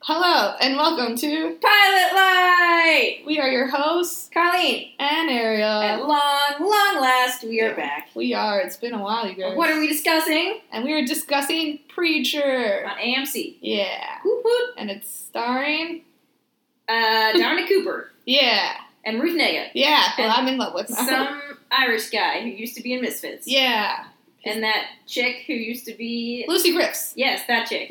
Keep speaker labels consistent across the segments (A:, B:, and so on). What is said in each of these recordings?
A: Hello and welcome to
B: Pilot Light!
A: we are your hosts
B: Colleen,
A: and
B: at
A: Ariel.
B: long, long last, we are back.
A: We are. It's been a while, you guys.
B: What are we discussing?
A: and we are discussing Preacher.
B: On AMC.
A: Yeah,
B: Whoop whoop.
A: and it's starring.
B: Uh, Donna Cooper
A: Yeah,
B: and Ruth Nega.
A: yeah. Well,
B: And
A: I'm in love with her.
B: Some Irish guy who used to be in Misfits.
A: yeah,
B: And that chick who used to be.
A: Lucy Griffiths.
B: Yes, that chick.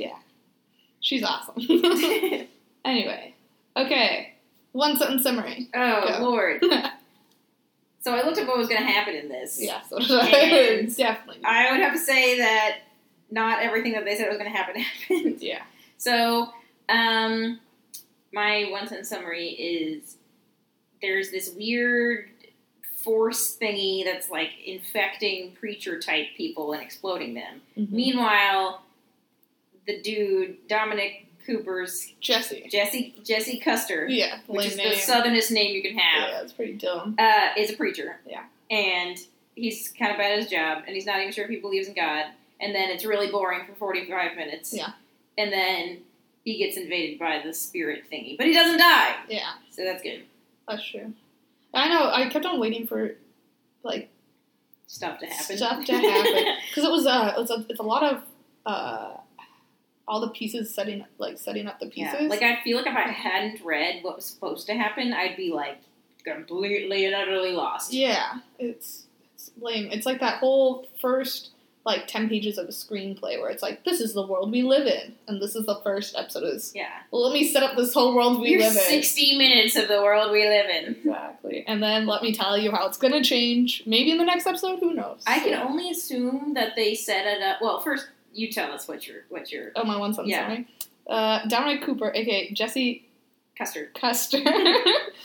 A: She's awesome.
B: oh,
A: anyway, okay. One sentence summary. Go.
B: Lord. So I looked up what was going to happen in this.
A: yeah, so
B: And-
A: definitely.
B: I would have to say that not everything that they said was going to happen happened.
A: Yeah.
B: So, um, my one sentence summary is there's this weird force thingy that's like infecting preacher type people and exploding them.
A: Mhm.
B: Meanwhile, the dude Dominic Cooper's
A: Jesse.
B: Jesse Jesse Custer,
A: Yeah,
B: which
A: lame
B: is
A: name.
B: the southernest name you can have
A: yeah, it's pretty dumb.
B: uh, is a preacher.
A: Yeah.
B: And he's kind of bad at his job, and he's not even sure if he believes in God. And then it's really boring for 45 minutes.
A: Yeah.
B: And then he gets invaded by the spirit thingy, but he doesn't die.
A: Yeah.
B: So that's good
A: That's true. I know. I kept on waiting for like
B: stuff to happen.
A: stuff to happen because it was uh, it's a it's a lot of uh, all the pieces setting like setting up the pieces.
B: yeah. Like, I feel like if I hadn't read what was supposed to happen, I'd be like completely and utterly lost.
A: Yeah, it's it's lame. It's like that whole first like ten pages of a screenplay where it's like this is the world we live in and this is the first episode is
B: Yeah.
A: well, let me set up this whole world we
B: Here's
A: live in.
B: 60 minutes of the world we live in.
A: Exactly, and then let me tell you how it's gonna change. Maybe in the next episode, who knows?
B: I can only assume that they set it up. Well, first, you tell us what your, what your
A: Oh, my one son,
B: Yeah.
A: sorry. Uh, Dominic Cooper, aka Jesse
B: custard
A: Custer,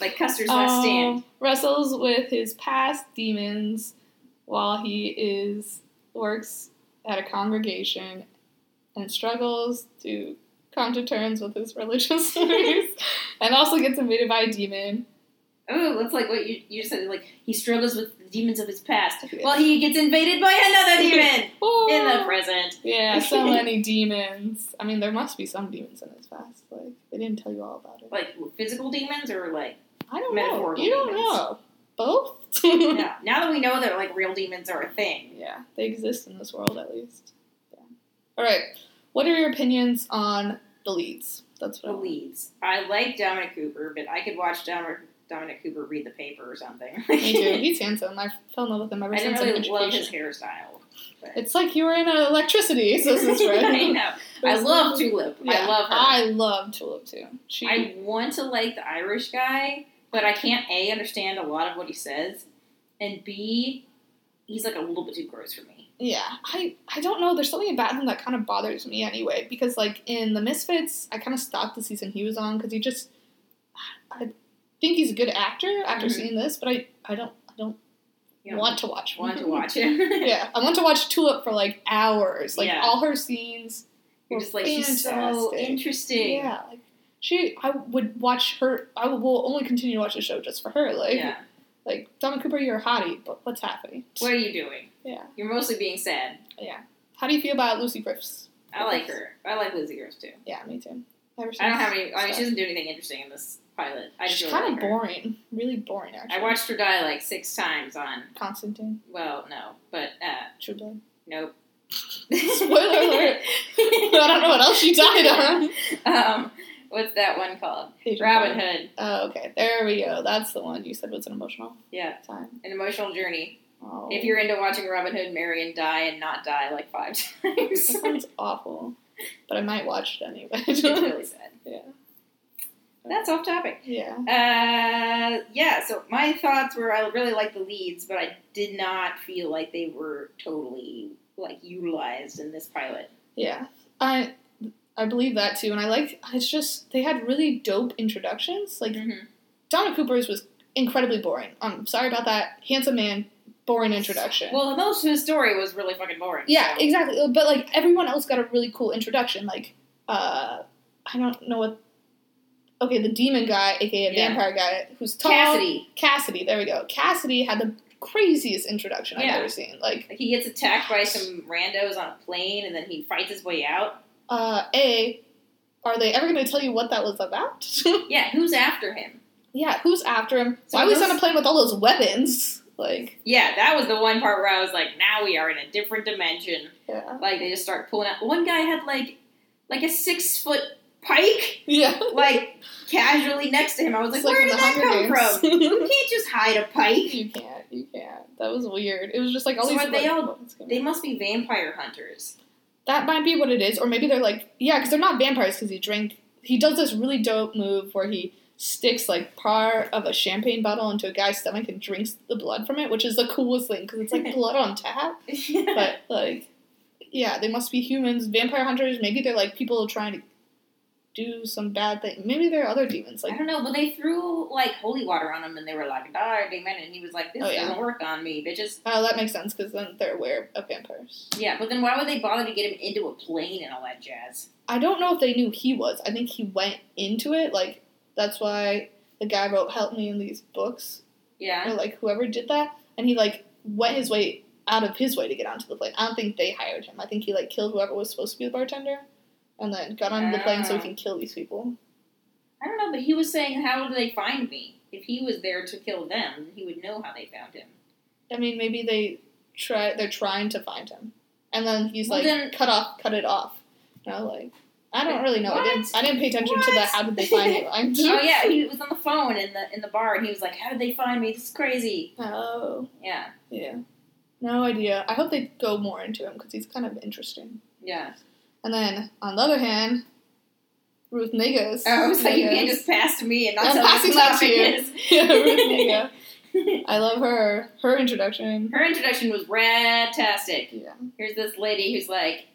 B: like Custer's last stand.
A: um, wrestles with his past demons while he is works at a congregation and struggles to come to terms with his religious beliefs, and also gets invaded by a demon.
B: Oh, that's like what you, you said. Like he struggles with the demons of his past.
A: Yeah.
B: Well, he gets invaded by another demon in the
A: Oh!
B: present.
A: yeah, so many demons. I mean, there must be some demons in his past. Like they didn't tell you all about it.
B: Like physical demons or like
A: I don't know.
B: metaphorical
A: You don't
B: demons.
A: know. Both.
B: no. Now that we know that like real demons are a thing.
A: Yeah, they exist in this world at least. Yeah. All right. What are your opinions on the leads? That's what
B: The
A: I want.
B: leads. I like Dominic Cooper, but I could watch Dominic, Dominic Cooper read the paper or something.
A: Me too. He's handsome. I fell in love with him ever
B: I didn't
A: since
B: really
A: I'm in
B: love his
A: education.
B: hairstyle. but-
A: It's like you were in a electricity. Says this
B: I
A: right.
B: know. I love Tulip. I
A: Yeah,
B: love her.
A: I love Tulip too. She.
B: I want to like the Irish guy, but I can't A, understand a lot of what he says, and B, he's like a little bit too gross for me.
A: yeah. I. I don't know. There's something about him that kind of bothers me anyway. Because like in the Misfits, I kind of stopped the season he was on because he just. I think he's a good actor after
B: Mhm.
A: seeing this, but I. I don't. I don't
B: You know,
A: want to watch.
B: want to watch him.
A: yeah, I want to watch Tulip for like hours. Like
B: Yeah.
A: all her scenes.
B: You're just like, she's so
A: Fantastic.
B: interesting.
A: Yeah, like she. I would watch her. I will- will only continue to watch the show just for her. Like,
B: Yeah.
A: like Donna Cooper, you're a hottie, but what's happening?
B: What are you doing?
A: Yeah.
B: You're mostly being sad.
A: How do you feel about Lucy Griffiths?
B: I like her. I like Lizzie Girls too.
A: Yeah, me too. Ever
B: I don't have
A: since-
B: any. I mean, she doesn't do anything interesting in this pilot. I just
A: She's
B: really
A: kind of
B: like her.
A: boring. Really boring, actually.
B: I watched her die like six times on.
A: Constantine.
B: Well, no, but uh,
A: True Blood.
B: nope.
A: Spoiler alert. I don't know what else she died on.
B: um, what's that one called?
A: Agent
B: Robin
A: Hood.
B: Hood.
A: Oh, okay. There we go. That's the one you said was an emotional
B: Yeah,
A: time.
B: an emotional journey.
A: Oh.
B: If you're into watching Robin Hood marry and die and not die like five times,
A: That sounds awful, but I might watch it anyway.
B: it's really sad.
A: Yeah.
B: That's off topic.
A: yeah.
B: Uh, yeah. So my thoughts were, I really like the leads, but I did not feel like they were totally like utilized in this pilot.
A: Yeah. I I believe that too, and I like it's just they had really dope introductions. Like
B: Mm-hmm.
A: Donna Cooper's was incredibly boring. I'm sorry about that. Handsome man, boring introduction.
B: Well, most of his story was really fucking boring.
A: yeah,
B: so-
A: exactly. But like everyone else got a really cool introduction. Like uh I don't know what Okay, the demon guy, aka
B: Yeah.
A: vampire guy, who's tall.
B: Cassidy,
A: Cassidy, there we go. Cassidy had the craziest introduction I've
B: Yeah.
A: ever seen. Like
B: like he gets attacked by some randos on a plane, and then he fights his way out.
A: uh, A, are they ever going to tell you what that was about?
B: Yeah, who's after him?
A: yeah, who's after him?
B: So
A: Why was he
B: those-
A: on a plane with all those weapons? Like,
B: Yeah, that was the one part where I was like, now we are in a different dimension.
A: yeah,
B: Like they just start pulling out. One guy had like like a six foot pike,
A: yeah.
B: like casually next to him. I was like,
A: It's
B: where
A: in
B: did that come from?
A: Games.
B: You can't just hide a pike.
A: you can't, you can't. That was weird. It was just like all
B: So
A: these.
B: are they
A: like,
B: all-
A: weapons coming
B: They must be vampire hunters.
A: That might be what it is, or maybe they're like, yeah, because they're not vampires because he drank. He does this really dope move where he sticks like part of a champagne bottle into a guy's stomach and drinks the blood from it, which is the coolest thing because it's like blood on tap. But like, yeah, they must be humans, vampire hunters. Maybe they're like people trying to do some bad thing. Maybe there are other demons.
B: I
A: Like,
B: don't know, but they threw like holy water on him and they were like, die, big man. And he was like, this
A: Oh, yeah.
B: doesn't work on me, bitches.
A: oh, that makes sense because then they're aware of vampires.
B: Yeah, but then why would they bother to get him into a plane and all that jazz?
A: I don't know if they knew he was. I think he went into it. Like, that's why the guy wrote "Help Me" in these books
B: Yeah.
A: or like whoever did that, and he like went his way out of his way to get onto the plane. I don't think they hired him. I think he like killed whoever was supposed to be the bartender, and then got onto the plane so he
B: Ah.
A: can kill these people.
B: I don't know, but he was saying, how did they find me? If he was there to kill them, he would know how they found him.
A: I mean, maybe they try. They're trying to find him, and then he's
B: Well,
A: like
B: then-
A: cut off, cut it off. You know, like I don't really know. I didn't.
B: What?
A: I didn't pay attention to the
B: What?
A: how did they find you. I'm
B: oh yeah, he was on the phone in the in the bar, and he was like, "How did they find me? This is crazy."
A: Oh
B: Yeah,
A: yeah. No idea. I hope they go more into him because he's kind of interesting.
B: yeah.
A: And then on the other hand, Ruth Negas.
B: Oh, I was like, "You can't
A: Negas.
B: just pass to me and not
A: Oh, I'm
B: tell me
A: passing
B: who
A: that to
B: it
A: you.
B: is."
A: Yeah, Ruth Nega. I love her. Her introduction.
B: Her introduction was fantastic.
A: Yeah,
B: Here's this lady who's like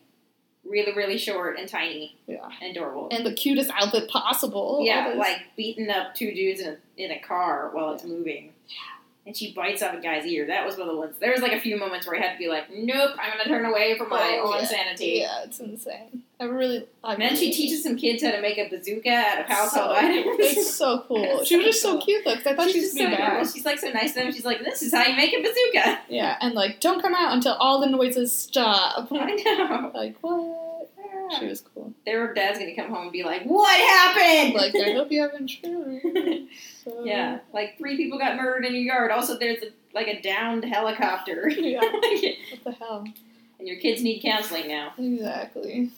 B: really, really short and tiny
A: yeah.
B: and adorable.
A: And the cutest outfit possible. All
B: yeah,
A: this-
B: like beating up two dudes in a, in a car while it's moving. And she bites off a guy's ear. That was one of the ones. There was like a few moments where I had to be like, "Nope, I'm gonna turn away from my
A: Oh,
B: own
A: yeah.
B: sanity."
A: Yeah, it's insane. I really. I
B: And then she
A: really-
B: teaches some kids how to make a bazooka out of
A: so,
B: household
A: It's
B: items.
A: so cool.
B: It's
A: She was
B: so
A: just so
B: cool.
A: cute though, 'cause I thought she was
B: just
A: be
B: so adorable.
A: bad.
B: She's like so nice to them. She's like, "This is how you make a bazooka."
A: Yeah, and like, don't come out until all the noises stop.
B: I know.
A: Like what? She was cool.
B: Their dad's gonna come home and be like, "What happened?"
A: Like I hope you haven't children. So,
B: yeah, like three people got murdered in your yard. Also, there's a, like a downed helicopter,
A: Yeah.
B: and
A: What the hell?
B: your kids need counseling now.
A: Exactly.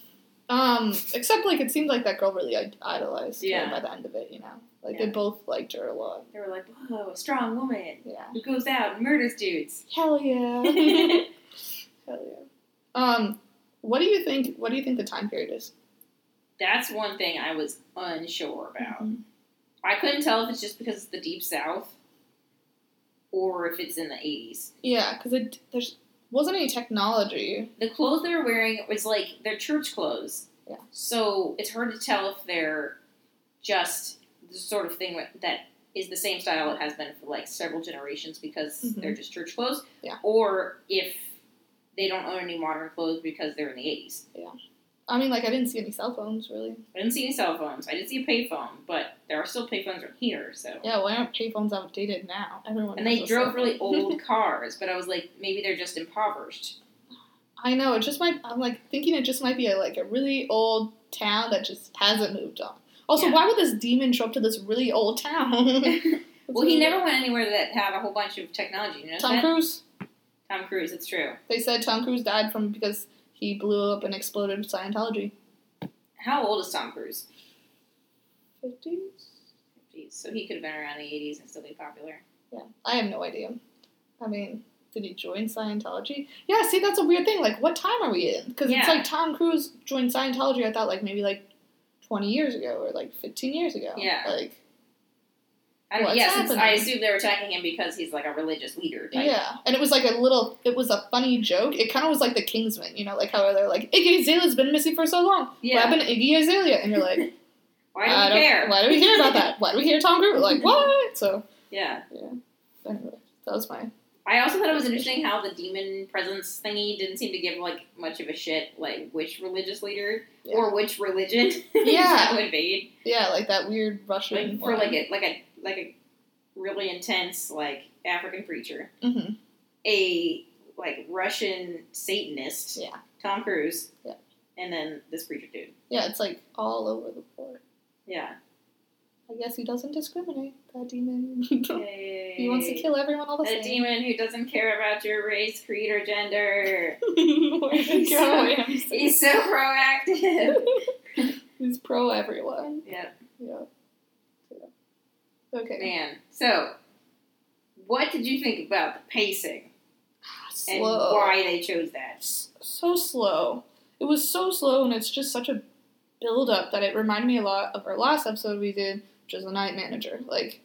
A: Um, except like it seemed like that girl really like, idolized
B: Yeah.
A: him by the end of it, you know. Like
B: Yeah.
A: they both liked her a lot.
B: They were like, "Whoa, a strong woman
A: Yeah.
B: who goes out and murders dudes."
A: Hell yeah.
B: I
A: Hell yeah. Um, what do you think what do you think the time period is?
B: That's one thing I was unsure about. I couldn't tell if it's just because it's the deep south or if it's in the 80s.
A: Yeah, because it there's wasn't any technology.
B: The clothes they were wearing was like their church clothes.
A: Yeah.
B: So it's hard to tell if they're just the sort of thing that is the same style it has been for like several generations because
A: Mhm.
B: they're just church clothes.
A: Yeah.
B: Or if they don't own any modern clothes because they're in the 80s.
A: I mean like I didn't see any cell phones really.
B: I didn't see any cell phones. I didn't see a payphone, but there are still payphones right here, so.
A: Yeah, why aren't payphones outdated now? Everyone
B: And
A: has
B: they
A: a
B: drove
A: cell
B: really
A: phone.
B: old cars, but I was like, maybe they're just impoverished.
A: I know, it just might I'm like thinking it just might be a, like a really old town that just hasn't moved on. Also,
B: Yeah.
A: why would this demon show up to this really old town?
B: well, he never went anywhere that had a whole bunch of technology. You know
A: Tom
B: that?
A: Cruise.
B: Tom Cruise, it's true.
A: They said Tom Cruise died from because he blew up and exploded Scientology.
B: How old is Tom Cruise?
A: Fifties.
B: Jeez, so he could have been around the '80s and still be popular.
A: Yeah, I have no idea. I mean, did he join Scientology? Yeah. See, that's a weird thing. Like, what time are we in? Because it's
B: Yeah.
A: like Tom Cruise joined Scientology. I thought like maybe like twenty years ago or like fifteen years ago.
B: Yeah.
A: Like.
B: I don't.
A: What's
B: yeah, since I
A: happening?
B: assume they're attacking him because he's like a religious leader. Type.
A: Yeah, and it was like a little. It was a funny joke. It kind of was like the Kingsman, you know, like how they're like Iggy Azalea's been missing for so long. What
B: yeah.
A: happened to Iggy Azalea? And you're like,
B: Why do
A: I
B: we
A: don't-
B: care?
A: Why do we care about that? Why do we hear Tom Cruise? Like what? So
B: Yeah.
A: anyway, that was my
B: I also thought it was interesting how the demon presence thingy didn't seem to give like much of a shit, like which religious leader
A: Yeah.
B: or which religion
A: Yeah.
B: would invade.
A: yeah, like that weird Russian
B: like for like a like a like a really intense like African preacher,
A: hmm
B: a like Russian Satanist,
A: Yeah.
B: Tom Cruise,
A: Yeah.
B: and then this preacher dude.
A: Yeah, it's like all over the board.
B: Yeah.
A: I guess he doesn't discriminate. That demon.
B: He
A: he wants to kill everyone all the
B: a
A: same.
B: demon who doesn't care about your race, creed, or gender.
A: Where did
B: He's
A: John
B: so-
A: Williams-
B: He's so proactive.
A: He's pro everyone.
B: yep,
A: Yeah. yeah. Okay.
B: man. So, what did you think about the pacing and
A: Slow.
B: why they chose that?
A: s- so slow. It was so slow, and it's just such a build up that it reminded me a lot of our last episode we did, which is the night manager. Like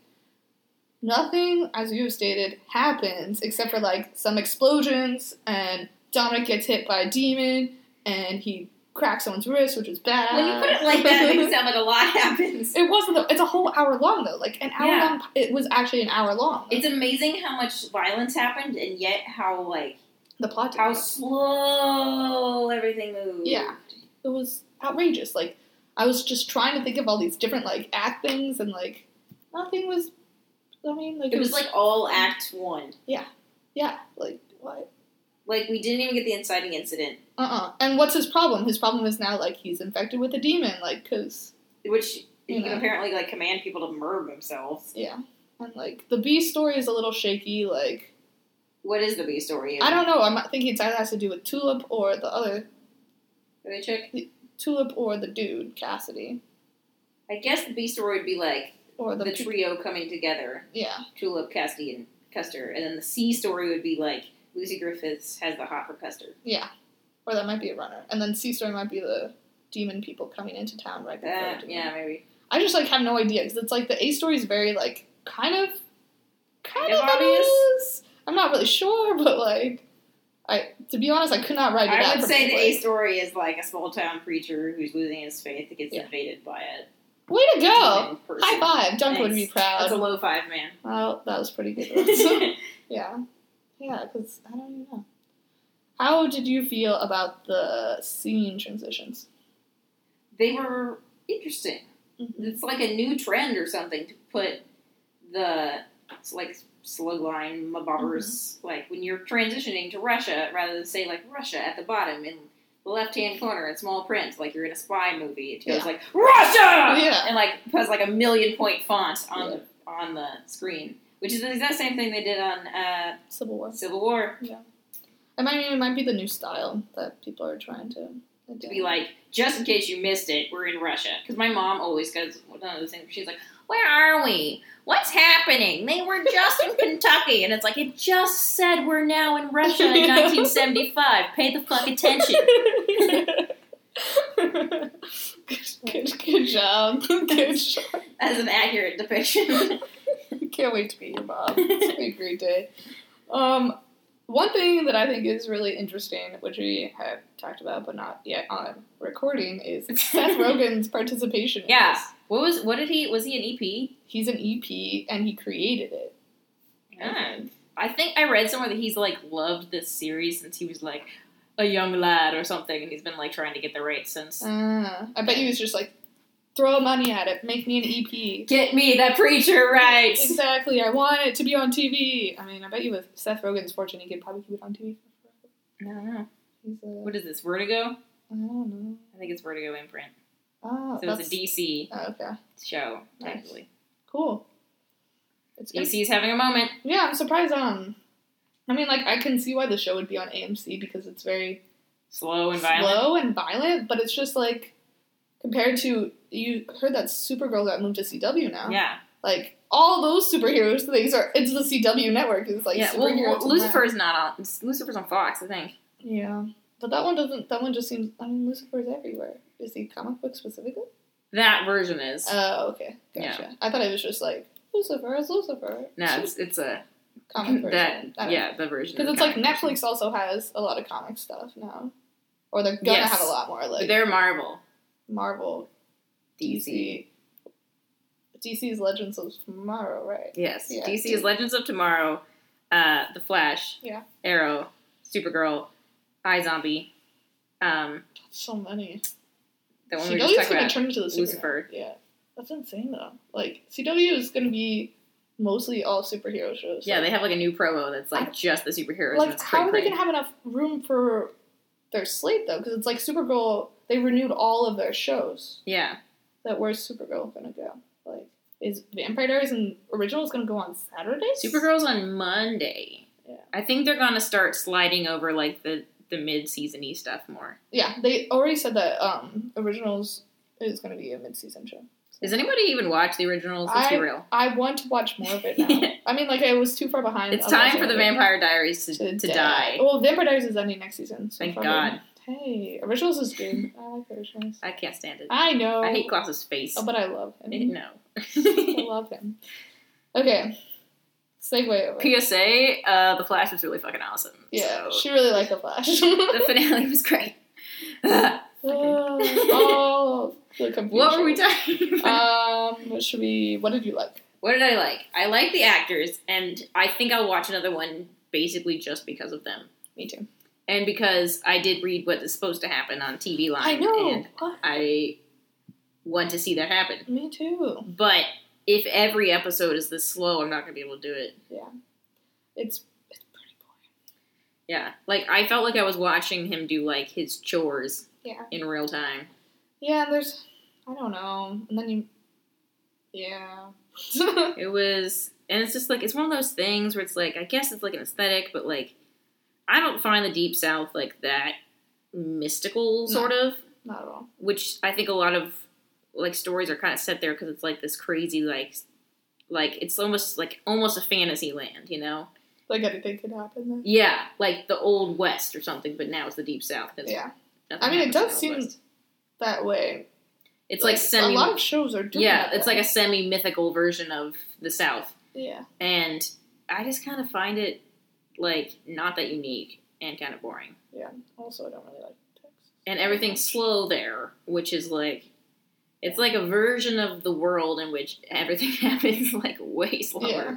A: nothing, as you have stated, happens except for like some explosions and Dominic gets hit by a demon and he cracks someone's wrist, which is bad.
B: When you put it like that, it makes it sound like a lot happens.
A: It wasn't. Though. It's a whole hour long though. Like an hour
B: Yeah.
A: long. It was actually an hour long.
B: It's amazing how much violence happened, and yet how like
A: the plot. didn't
B: how
A: work.
B: slow everything moved.
A: Yeah. it was outrageous. Like I was just trying to think of all these different like act things and like nothing was. I mean, like
B: it was like all Act One.
A: yeah, like what?
B: Like we didn't even get the inciting incident,
A: Uh uh And what's his problem? His problem is now like he's infected with a demon. Like because
B: which you
A: Yeah.
B: can apparently like command people to murder themselves.
A: yeah, and like the B story is a little shaky. Like
B: What is the B story?
A: I don't know. I'm not thinking it either has to do with Tulip or the other
B: Did I check?
A: Tulip or the dude Cassidy
B: I guess the B story would be like
A: or the,
B: the
A: pe-
B: trio coming together:
A: yeah.
B: Tulip, Cassidy, and Custer. And then the C story would be like Lucy Griffiths has the hot for Custer.
A: Yeah. Or that might be a runner. And then C story might be the demon people coming into town right before.
B: That
A: doing
B: yeah, maybe.
A: I just like have no idea because it's like the A story is very like kind of kind
B: Kind
A: of
B: of obvious.
A: obvious. I'm not really sure, but like I to be honest, I could not write it out
B: I would
A: for
B: say the
A: people.
B: A story is like a small town preacher who's losing his faith that gets
A: Yeah.
B: invaded by it.
A: Way to go!
B: demon person.
A: High five! Dunk would be
B: Thanks. That's a
A: proud.
B: low five, man.
A: Oh, that was pretty good. yeah, yeah, because I don't even know. How did you feel about the scene transitions?
B: they were interesting.
A: Mhm.
B: It's like a new trend or something to put the it's like slug line mabobbers
A: Mm-hmm.
B: like when you're transitioning to Russia rather than say like Russia at the bottom in the left hand corner in small print like you're in a spy movie. It goes
A: Yeah.
B: like Russia
A: Yeah.
B: and like has like a million point font on
A: Yeah.
B: the on the screen, which is the exact same thing they did on uh,
A: Civil War.
B: Civil War
A: I mean, it might be the new style that people are trying to.
B: to be like, just in case you missed it, we're in Russia. Because my mom always goes, one of the things, she's like, where are we? What's happening? They were just in Kentucky. And it's like, it just said we're now in Russia in 1975. Pay the fuck attention.
A: good, good, good job. Good job.
B: That's an accurate depiction.
A: Can't wait to meet your mom. It's gonna be a great day. Um, one thing that I think is really interesting, which we have talked about but not yet on recording, is Seth Rogen's participation. in
B: Yeah.
A: this.
B: what was, what did he, E was he
A: he's an EP and he created it.
B: an EP? I think I read somewhere that he's like loved this series since he was like a young lad or something. And he's been like trying to get the rights since.
A: Ah, I bet he was just like, throw money at it, make me an E EP.
B: Get me that preacher rights.
A: Exactly, I want it to be on TV. I mean, I bet you with Seth Rogen's fortune, he could probably keep it on TV for forever.
B: I don't know.
A: He's a,
B: What is this, Vertigo?
A: I don't know.
B: I think it's Vertigo imprint.
A: Oh,
B: So it's a DC
A: oh, okay,
B: show,
A: Nice.
B: technically.
A: cool. It's good.
B: DC's having a moment.
A: Yeah, I'm surprised. Um, I mean, like I can see why the show would be on AMC because it's very
B: Slow and violent.
A: slow and violent, but it's just like compared to you heard that Supergirl got moved to CW now.
B: Yeah.
A: Like all those superheroes things are it's the CW network. It's like
B: yeah. Well,
A: superheroes
B: well,
A: and
B: Lucifer's not on. Lucifer's on Fox, I think.
A: that. Yeah, but that one doesn't. That one just seems. I mean, Lucifer's everywhere. Is he comic book specifically?
B: That version is.
A: Oh, okay.
B: Uh, Yeah.
A: Gotcha. I thought it was just like Lucifer is Lucifer.
B: no, it's, it's a
A: comic version.
B: that
A: I don't know.
B: yeah the version
A: Because
B: of
A: it's
B: the
A: like
B: comic version.
A: Netflix also has a lot of comic stuff now, or they're gonna
B: Yes.
A: have a lot more
B: But
A: like
B: they're Marvel,
A: Marvel,
B: DC.
A: DC, DC's Legends of Tomorrow, right?
B: Yes,
A: Yeah,
B: DC
A: D-
B: is Legends of Tomorrow, uh, The Flash,
A: Yeah.
B: Arrow, Supergirl, I Zombie, um,
A: So many.
B: the one we were
A: CW is
B: just
A: gonna
B: talking about.
A: turn into the
B: Lucifer.
A: Superman. Yeah, that's insane though. Like CW is gonna be mostly all superhero shows.
B: Yeah,
A: Like,
B: they have like a new promo that's like just the superheroes. and
A: like
B: it's
A: how
B: pretty
A: are they
B: great.
A: gonna have enough room for their slate though, because it's like Supergirl. They renewed all of their shows.
B: Yeah.
A: That where's Supergirl gonna go? Like, is Vampire Diaries and Originals gonna go on Saturdays?
B: Supergirl's on Monday.
A: Yeah.
B: I think they're gonna start sliding over like the the mid seasony stuff more.
A: Yeah, they already said that um Originals is gonna be a mid-season show.
B: Does anybody even watch the originals? Let's be
A: I-
B: real.
A: I want to watch more of it now. I mean, like I was too far behind.
B: It's
A: on
B: time
A: Vampire
B: for the
A: Diaries
B: Vampire Diaries to, to, die.
A: Well, Vampire Diaries is ending next season. So
B: Thank
A: probably-
B: God.
A: Hey, Originals is good. I like Originals.
B: I can't stand it.
A: I know.
B: I hate Klaus's face. Eh,
A: Oh, but I love him.
B: no.
A: I love him. Okay. Segue over.
B: PSA, uh, The Flash was really fucking awesome.
A: Yeah,
B: So,
A: she really liked the Flash.
B: the finale was great.
A: oh, oh, the confusion.
B: what were we talking about?
A: Um, what should we? What did you like?
B: what did I like? I like the actors, and I think I'll watch another one basically just because of them.
A: Me too.
B: And because I did read what is supposed to happen on TV line.
A: I know.
B: And I want to see that happen.
A: Me too.
B: But if every episode is this slow, I'm not going to be able to do it.
A: It's it's pretty boring.
B: Yeah. Like, I felt like I was watching him do, like, his chores
A: Yeah.
B: in real time.
A: Yeah, there's. I don't know. And then you. Yeah.
B: It was, and it's just like it's one of those things where it's like I guess it's like an aesthetic, but like I don't find the Deep South like that mystical
A: No.
B: sort of,
A: Not at all.
B: which I think a lot of like stories are kind of set there because it's like this crazy like like it's almost like almost a fantasy land, you know?
A: Like anything could happen. Then.
B: Yeah, like the old West or something, but now it's the Deep South. It's
A: Yeah.
B: nothing
A: I mean, it
B: happens in
A: does
B: the
A: seem-
B: West.
A: That way.
B: it's like, semi.
A: A lot of shows are doing.
B: yeah,
A: that
B: it's
A: though.
B: like a semi mythical version of the South.
A: Yeah.
B: and I just kind of find it like not that unique and kind of boring.
A: Also, I don't really like Texas.
B: And everything's slow there, which is like it's like a version of the world in which everything happens like way slower.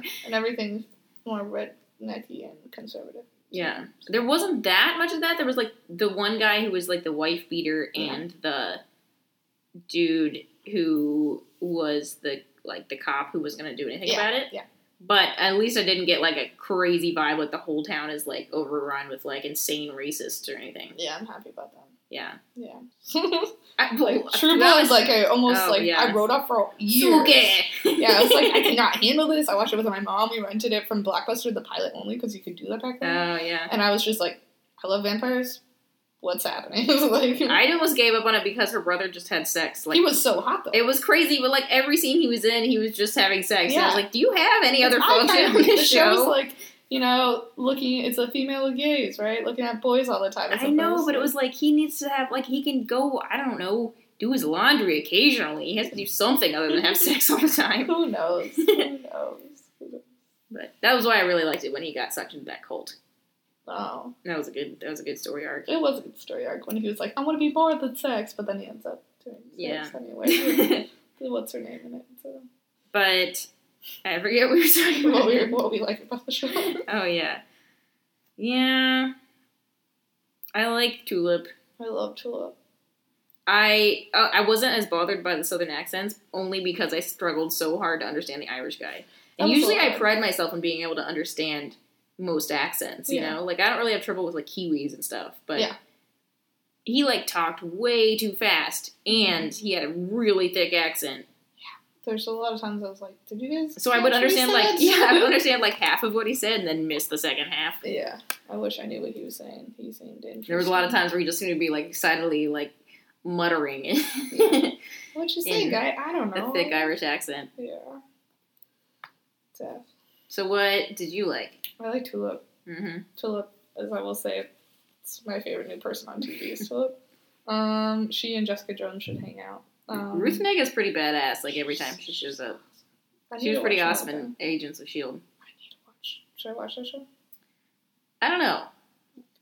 A: Yeah, and everything's more rednecky and conservative.
B: Yeah. There wasn't that much of that. There was like the one guy who was like the wife beater and the dude who was the like the cop who was gonna do anything
A: Yeah,
B: about it.
A: yeah.
B: But at least I didn't get like a crazy vibe like the whole town is like overrun with like insane racists or anything.
A: Yeah, I'm happy about that.
B: Yeah.
A: Yeah.
B: I,
A: like, True
B: that
A: Blood,
B: was-
A: like, I almost,
B: oh,
A: like,
B: yeah.
A: I wrote up for years.
B: Suge.
A: Yeah, I was like, I cannot handle this. I watched it with my mom. We rented it from Blockbuster, the pilot only, because you could do that back then.
B: Oh yeah.
A: and I was just like, I love vampires. What's happening? like,
B: I almost gave up on it because her brother just had sex. Like
A: he was so hot, though.
B: it was crazy, but like every scene he was in, he was just having sex. And I was
A: Yeah.
B: like, do you have any other
A: I
B: function on
A: found the
B: this
A: show's
B: show?
A: like, you know, looking, it's a female gaze, right? Looking at boys all the time. as
B: I know,
A: opposed
B: but it
A: to-
B: was like he needs to have like he can go. I don't know, do his laundry occasionally. He has to do something other than have sex all the time.
A: Who knows? Who knows? Who knows?
B: But that was why I really liked it when he got sucked into that cult.
A: Oh.
B: That was a good. That was a good story arc.
A: It was a good story arc when he was like, I want to be more than sex, but then he ends up doing sex
B: Yeah.
A: anyway. What's her name in it? So
B: but I forget what we were talking about.
A: what we what we like about the show. I
B: Oh yeah, yeah. I like Tulip.
A: love Tulip.
B: I uh, I wasn't as bothered by the southern accents only because I struggled so hard to understand the Irish guy.
A: That
B: And
A: was
B: usually I
A: awkward.
B: pride myself on being able to understand most accents. You
A: Yeah.
B: know, like I don't really have trouble with like Kiwis and stuff, but
A: Yeah.
B: he like talked way too fast and he had a really thick accent.
A: There's a lot of times I was like, did you guys?
B: So I
A: catch
B: would
A: what he
B: understand like
A: said?"
B: yeah, I would understand like half of what he said and then miss the second half.
A: yeah. I wish I knew what he was saying. He seemed interesting.
B: There was a lot of times where you just seemed to be like excitedly like muttering in
A: What you say,
B: in
A: guy? I don't know.
B: a thick Irish accent.
A: Yeah. Deaf.
B: So what did you like?
A: I like Tulip.
B: hmm
A: Tulip, as I will say, it's my favorite new person on TV. Is Tulip. Um, she and Jessica Jones should hang out. Um,
B: Ruth Nega's pretty badass. Like every time she shows up,
A: I need
B: she was
A: to
B: pretty
A: watch
B: awesome
A: Hamilton.
B: in Agents of Shield.
A: I need to watch. Should I watch that show?
B: I don't know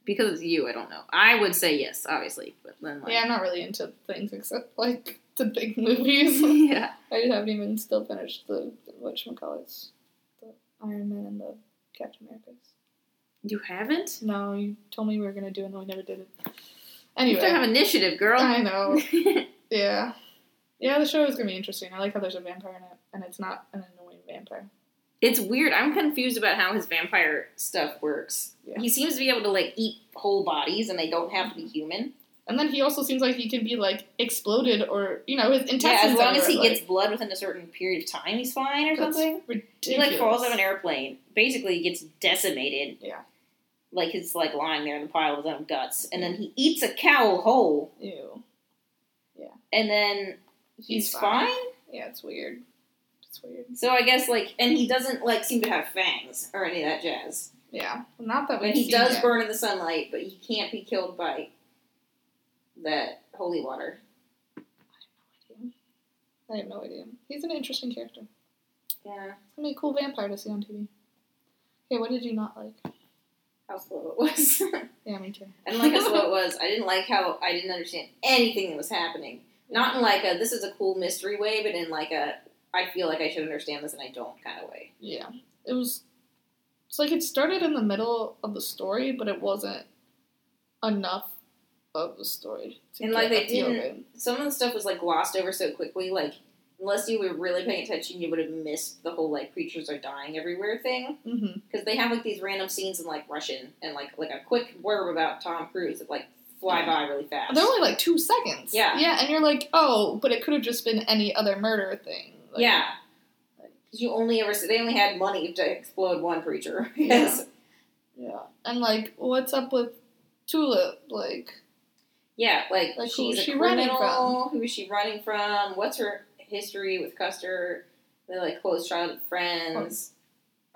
B: because it's you. I don't know. I would say yes, obviously, but then like
A: Yeah, I'm not really into things except like the big movies.
B: yeah,
A: I just haven't even still finished the whatchamacallits. The Iron Man and the Captain America's.
B: you haven't.
A: No, you told me we were gonna do it and we never did it.
B: You don't have
A: Anyway.
B: initiative, girl.
A: I know. Yeah. Yeah, the show is gonna be interesting. I like how there's a vampire in it and it's not an annoying vampire.
B: It's weird. I'm confused about how his vampire stuff works.
A: Yeah.
B: He seems to be able to like eat whole bodies, and they don't have to be human.
A: And then he also seems like he can be like exploded or you know his
B: Yeah,
A: intestines.
B: as long as
A: are,
B: he
A: like,
B: gets blood within a certain period of time, he's fine or
A: that's
B: something. He
A: ridiculous.
B: like falls out of an airplane. Basically, he gets decimated.
A: Yeah.
B: Like he's like lying there in the pile of his own guts, and then he eats a cow whole,
A: Ew.
B: and then he's,
A: He's
B: fine.
A: fine. Yeah, it's weird. It's weird.
B: So I guess like, and he doesn't like seem to have fangs or any of that jazz.
A: Yeah, not that
B: I
A: we.
B: mean, he does burn in the sunlight, but he can't be killed by that holy water.
A: I have no idea. He's an interesting character. It's
B: Yeah,
A: gonna be a cool vampire to see on TV. Hey, what did you not like?
B: how slow it was.
A: Yeah, me too.
B: I didn't like how slow it was. I didn't like how I didn't understand anything that was happening. Not in like a this is a cool mystery way, but in like a I feel like I should understand this and I don't kind of way.
A: Yeah, it was. It's like it started in the middle of the story, but it wasn't enough of the story. To
B: And, like,
A: get
B: they
A: a feel of
B: didn't- Some of the stuff was like glossed over so quickly. Like unless you were really paying attention, you would have missed the whole like creatures are dying everywhere thing.
A: it. Mhm.
B: Because they have like these random scenes in like Russian and like like a quick blurb about Tom Cruise that like fly
A: Yeah.
B: by really fast.
A: They're only like two seconds.
B: Yeah.
A: Yeah, and you're like, oh, but it could have just been any other murder thing. Like,
B: yeah. Because you only ever they only had money to explode one creature.
A: Yeah.
B: Yes.
A: Yeah. And like, what's up with Tulip? Like,
B: Yeah, like,
A: Like, who
B: she's
A: is
B: a
A: she running
B: criminal. Who is she running from? What's her history with Custer? They're like close childhood friends.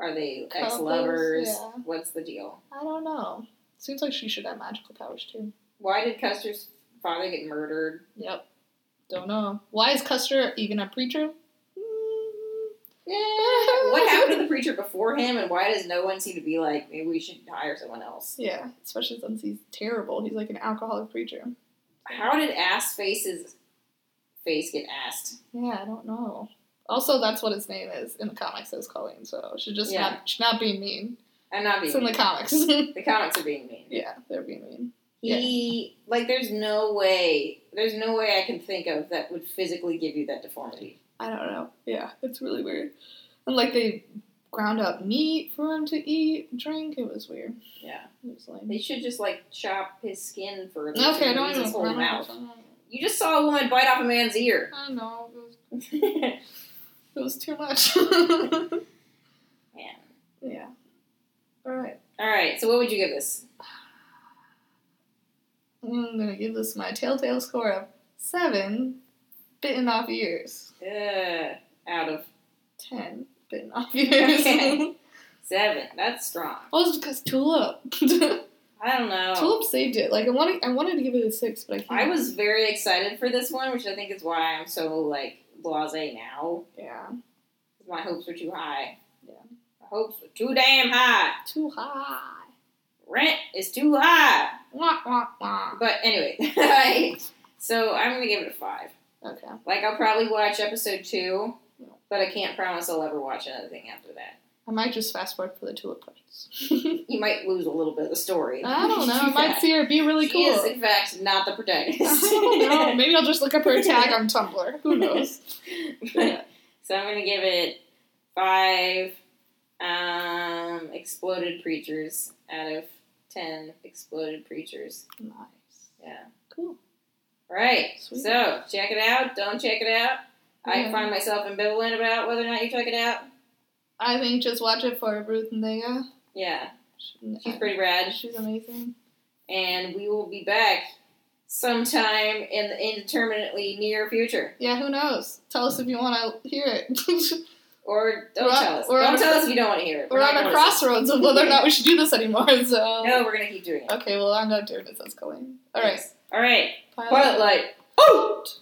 B: Are they ex lovers?
A: Couples, yeah.
B: What's the deal?
A: I don't know. Seems like she should have magical powers too.
B: Why did Custer's father get murdered?
A: Yep. Don't know. Why is Custer even a preacher? Mm,
B: Yeah. what happened to the preacher before him, and why does no one seem to be like, maybe we should hire someone else?
A: Yeah, especially since he's terrible. He's like an alcoholic preacher.
B: How did ass faces face get asked?
A: Yeah, I don't know. Also, that's what his name is in the comics. Is Colleen, so she's just
B: Yeah.
A: not she's not being mean.
B: I'm not being
A: It's in the
B: mean.
A: comics.
B: the comics are being mean.
A: yeah, they're being mean.
B: He like there's no way there's no way I can think of that would physically give you that deformity.
A: I don't know. Yeah, it's really weird. And like they ground up meat for him to eat, drink. It was weird.
B: Yeah.
A: It was lame.
B: They should just like chop his skin for the
A: Okay, I don't
B: his
A: even.
B: whole
A: I
B: mouth.
A: don't know.
B: You just saw a woman bite off a man's ear.
A: I don't know. It was,
B: Man.
A: it was too much. yeah. All right.
B: Alright, so what would you give this?
A: I'm gonna give this my telltale score of seven bitten off ears.
B: Uh, out of
A: Ten bitten off ears.
B: Okay. seven. That's strong.
A: also because Tulip.
B: I don't know.
A: Tulip saved it. Like I wanted I wanted to give it a six, but I can't
B: Oh. I was very excited for this one, which I think is why I'm so like blase now.
A: Yeah.
B: My hopes were too high.
A: Yeah.
B: My hopes were too damn high.
A: Too high.
B: Rent is too high.
A: Wah wah wah.
B: But anyway, I, so I'm gonna give it a five.
A: Okay.
B: Like I'll probably watch episode two,
A: Yeah.
B: but I can't promise I'll ever watch another thing after that.
A: I might just fast forward for the tulip parts.
B: You might lose a little bit of the story.
A: I don't know. I
B: Yeah.
A: might see her be really
B: she
A: cool.
B: is in fact not the protagonist.
A: I don't know. Maybe I'll just look up her tag on Tumblr. Who knows? Yeah.
B: so I'm gonna give it five um, exploded preachers out of ten exploded preachers.
A: Nice.
B: Yeah.
A: Cool.
B: All right.
A: Sweet.
B: So check it out. Don't check it out. I
A: Yeah.
B: find myself ambivalent about whether or not you check it out.
A: I think just watch it for Ruth Nega.
B: Yeah, she's
A: She's,
B: pretty rad.
A: she's amazing.
B: And we will be back sometime in the indeterminately near future.
A: Yeah, who knows? Tell us if you want to hear it.
B: Or don't
A: We're on-
B: tell us.
A: we're
B: Don't
A: on a-
B: tell us if you don't want to hear it.
A: We're
B: not
A: on a
B: gonna
A: crossroads of whether or not we should do this anymore. So
B: listen. No, we're going to keep doing it.
A: okay, well I'm not doing it. That's going. All right.
B: Yes. All right.
A: Bye.
B: Quiet light. Out!